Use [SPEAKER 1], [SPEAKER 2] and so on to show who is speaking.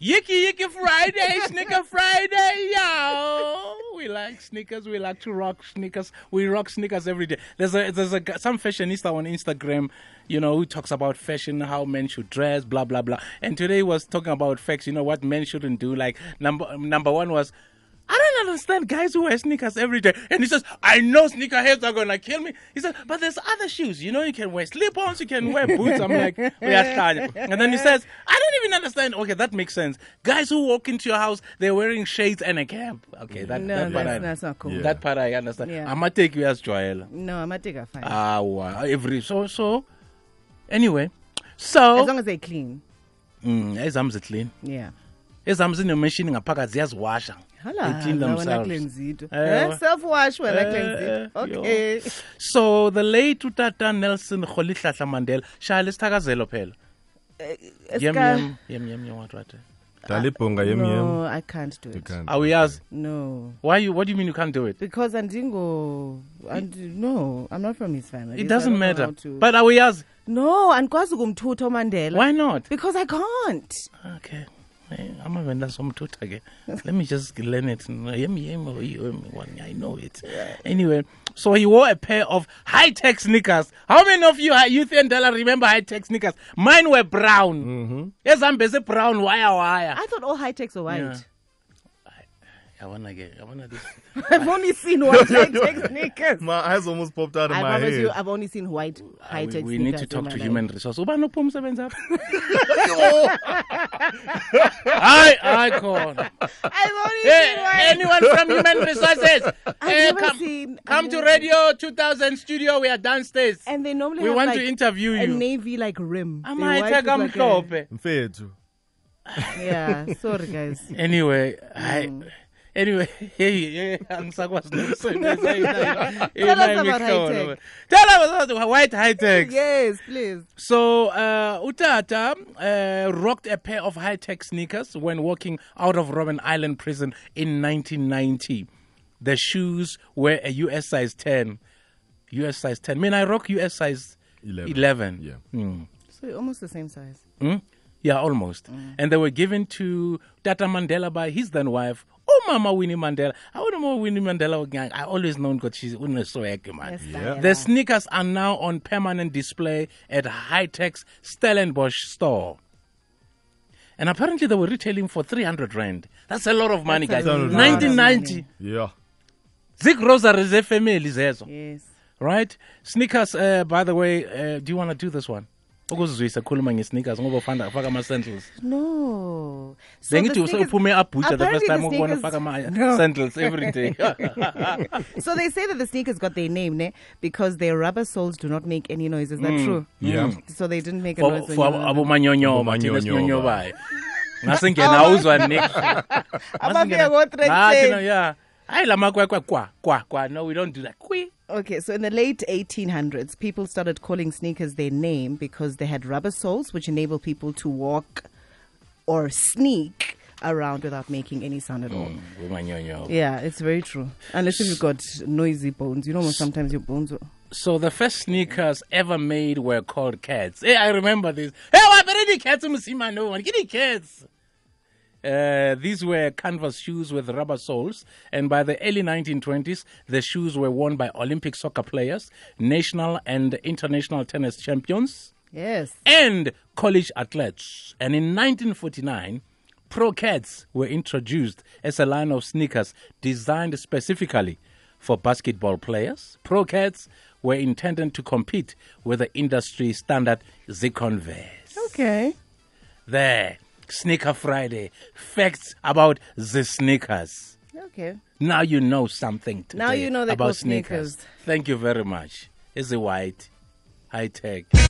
[SPEAKER 1] Yicky Yicky Friday, Snicker Friday, yo! We like sneakers. We like to rock sneakers. We rock sneakers every day. There's a there's a g- some fashionista on Instagram, you know, who talks about fashion, how men should dress, blah blah blah. And today he was talking about facts. You know what men shouldn't do. Like number number one was. I don't understand guys who wear sneakers every day. And he says, I know sneakerheads are gonna kill me. He says, but there's other shoes. You know, you can wear slip-ons, you can wear boots. I'm like, we are starting. And then he says, I don't even understand. Okay, that makes sense. Guys who walk into your house, they're wearing shades and a cap. Okay, that,
[SPEAKER 2] No,
[SPEAKER 1] that part I,
[SPEAKER 2] that's, that's not cool.
[SPEAKER 3] Yeah.
[SPEAKER 1] that part I understand.
[SPEAKER 2] Yeah.
[SPEAKER 1] I'ma take you as Joel.
[SPEAKER 2] No, I'm a digger fine.
[SPEAKER 1] Ah, wow. Every so so. Anyway,
[SPEAKER 2] as
[SPEAKER 1] so
[SPEAKER 2] long as they clean.
[SPEAKER 1] mm, ezamzitlini
[SPEAKER 2] Yeah.
[SPEAKER 1] ezam zinemeshini ngaphakathi ziyaziwasha Between themselves. Eh,
[SPEAKER 2] Hello, self wash when I cleanse it.
[SPEAKER 1] eh, yo.
[SPEAKER 2] Okay.
[SPEAKER 1] so the late utata nelson rholihlahla mandela shaya lesithakazelo phela
[SPEAKER 2] It's
[SPEAKER 1] yem
[SPEAKER 2] ka-
[SPEAKER 1] yem yem yem yem what what eh?
[SPEAKER 3] dalibhunga
[SPEAKER 2] No, I can't do it.
[SPEAKER 3] yemyem
[SPEAKER 1] awuyazi
[SPEAKER 2] No,
[SPEAKER 1] why you what do you mean you can't do it
[SPEAKER 2] because Andingo, and no, I'm not from his family.
[SPEAKER 1] it
[SPEAKER 2] so I
[SPEAKER 1] doesn't
[SPEAKER 2] don't know
[SPEAKER 1] matter
[SPEAKER 2] how to-
[SPEAKER 1] but awuyazi
[SPEAKER 2] no, and Kwazugumtuto Mandela.
[SPEAKER 1] why not
[SPEAKER 2] Because I can't.
[SPEAKER 1] okay Eh, amavenda somthutha ke let me just learn it yem yem oh, yem one i know it anyway so he wore a pair of high-tech sneakers how many of you youth and dollar remember high-tech sneakers mine were brown
[SPEAKER 2] Mm-hmm.
[SPEAKER 1] ezam brown wire wire
[SPEAKER 2] I thought all high techs were white.
[SPEAKER 1] Yeah. yabona ke yabona this
[SPEAKER 2] I've only seen white high tech sneakers.
[SPEAKER 3] my eyes almost popped out of
[SPEAKER 2] I
[SPEAKER 3] my
[SPEAKER 2] promise
[SPEAKER 3] head
[SPEAKER 2] you, I've only seen white high
[SPEAKER 1] Uh, we,
[SPEAKER 2] tech sneakers.
[SPEAKER 1] we need to
[SPEAKER 2] in
[SPEAKER 1] talk
[SPEAKER 2] my
[SPEAKER 1] to
[SPEAKER 2] life.
[SPEAKER 1] human resource ubani uphuma umsebenzi apha hayi hayi khona
[SPEAKER 2] I've only
[SPEAKER 1] Hey,
[SPEAKER 2] seen white.
[SPEAKER 1] anyone from human resources eh,
[SPEAKER 2] never
[SPEAKER 1] come,
[SPEAKER 2] seen-
[SPEAKER 1] come
[SPEAKER 2] I've
[SPEAKER 1] to
[SPEAKER 2] never
[SPEAKER 1] radio 2000 studio we are downstairs
[SPEAKER 2] And they normally
[SPEAKER 1] we
[SPEAKER 2] have
[SPEAKER 1] want
[SPEAKER 2] like
[SPEAKER 1] to interview
[SPEAKER 2] a
[SPEAKER 1] you
[SPEAKER 2] navy like rim. They
[SPEAKER 1] amaitha
[SPEAKER 2] white with, like,
[SPEAKER 1] kamhlophe
[SPEAKER 2] a-
[SPEAKER 3] mfethu
[SPEAKER 2] Yeah, sorry guys.
[SPEAKER 1] anyway hayi
[SPEAKER 2] Mm.
[SPEAKER 1] anyway hey, hey, angisakwazi nokusebenza
[SPEAKER 2] Tell us
[SPEAKER 1] imihlobo.
[SPEAKER 2] about high-tech.
[SPEAKER 1] tell us about white high tech
[SPEAKER 2] yes, please.
[SPEAKER 1] So uh, Utata uh, rocked a pair of high-tech sneakers when walking out of Robben Island prison in 1990. The shoes were a US size 10. US size 10. I mean, I rock US size 11.
[SPEAKER 3] 11. yeah
[SPEAKER 2] So you're almost the same size.
[SPEAKER 1] Mm? Yeah, almost. And they were given to Tata Mandela by his then wife. Oh, Mama Winnie Mandela. I want to know Winnie Mandela. gang. I always known because she's uneswag, man.
[SPEAKER 2] Yes,
[SPEAKER 3] Yeah.
[SPEAKER 2] Diana.
[SPEAKER 1] The sneakers are now on permanent display at High Tech's Stellenbosch store. And apparently they were retailing for 300 rand. That's a lot of money,
[SPEAKER 2] That's
[SPEAKER 3] a
[SPEAKER 1] guys.
[SPEAKER 3] lot of
[SPEAKER 1] 1990.
[SPEAKER 3] yeah
[SPEAKER 1] Zig groceries efamily zezo,
[SPEAKER 2] Yes.
[SPEAKER 1] right? Sneakers, uh, by the way, uh, do you want to do this one? ukuzizwisa khuluma ngesneakers ngoba ufanda faka ama-sandals
[SPEAKER 2] No. So
[SPEAKER 1] bengithi
[SPEAKER 2] the
[SPEAKER 1] use-
[SPEAKER 2] sneakers-
[SPEAKER 1] uphume abhutsha the first
[SPEAKER 2] apparently
[SPEAKER 1] time ukubona
[SPEAKER 2] sneakers-
[SPEAKER 1] ufaka
[SPEAKER 2] No.
[SPEAKER 1] ama-sandals every day
[SPEAKER 2] So they say that the sneakers got their name, ne? Because their rubber soles do not make any noise. Is that true? Mm.
[SPEAKER 3] yeah
[SPEAKER 2] So they didn't make a
[SPEAKER 1] Mm. For-
[SPEAKER 2] noise. when
[SPEAKER 1] for
[SPEAKER 2] you were-
[SPEAKER 1] abomanyonyoba thina sinyonyobayo
[SPEAKER 3] Abomanyonyoba.
[SPEAKER 1] nasingena awuzwa next
[SPEAKER 2] Amafika ngo-three
[SPEAKER 1] thina
[SPEAKER 2] cents.
[SPEAKER 1] Ah, yeah hayi la makwekwe kwa kwa kwa no we don't do that kwi
[SPEAKER 2] Okay, so in the late 1800s, people started calling sneakers their name because they had rubber soles, which enable people to walk or sneak around without making any sound at all. Yeah, it's very true. Unless if you've got noisy bones, you know, when sometimes your bones. Are...
[SPEAKER 1] so the first sneakers ever made were called cats hey i remember this hey waberedi cats umsima no one giddy cats Uh, these were canvas shoes with rubber soles, and by the early 1920s, the shoes were worn by Olympic soccer players, national and international tennis champions,
[SPEAKER 2] Yes.
[SPEAKER 1] and college athletes. And in 1949, Pro Cats were introduced as a line of sneakers designed specifically for basketball players. Pro Cats were intended to compete with the industry standard the Converse.
[SPEAKER 2] Okay.
[SPEAKER 1] There, Sneaker Friday. Facts about the sneakers.
[SPEAKER 2] Okay.
[SPEAKER 1] Now you know something today
[SPEAKER 2] Now you know they're
[SPEAKER 1] about
[SPEAKER 2] called
[SPEAKER 1] sneakers.
[SPEAKER 2] sneakers.
[SPEAKER 1] Thank you very much. Is it white? High tech.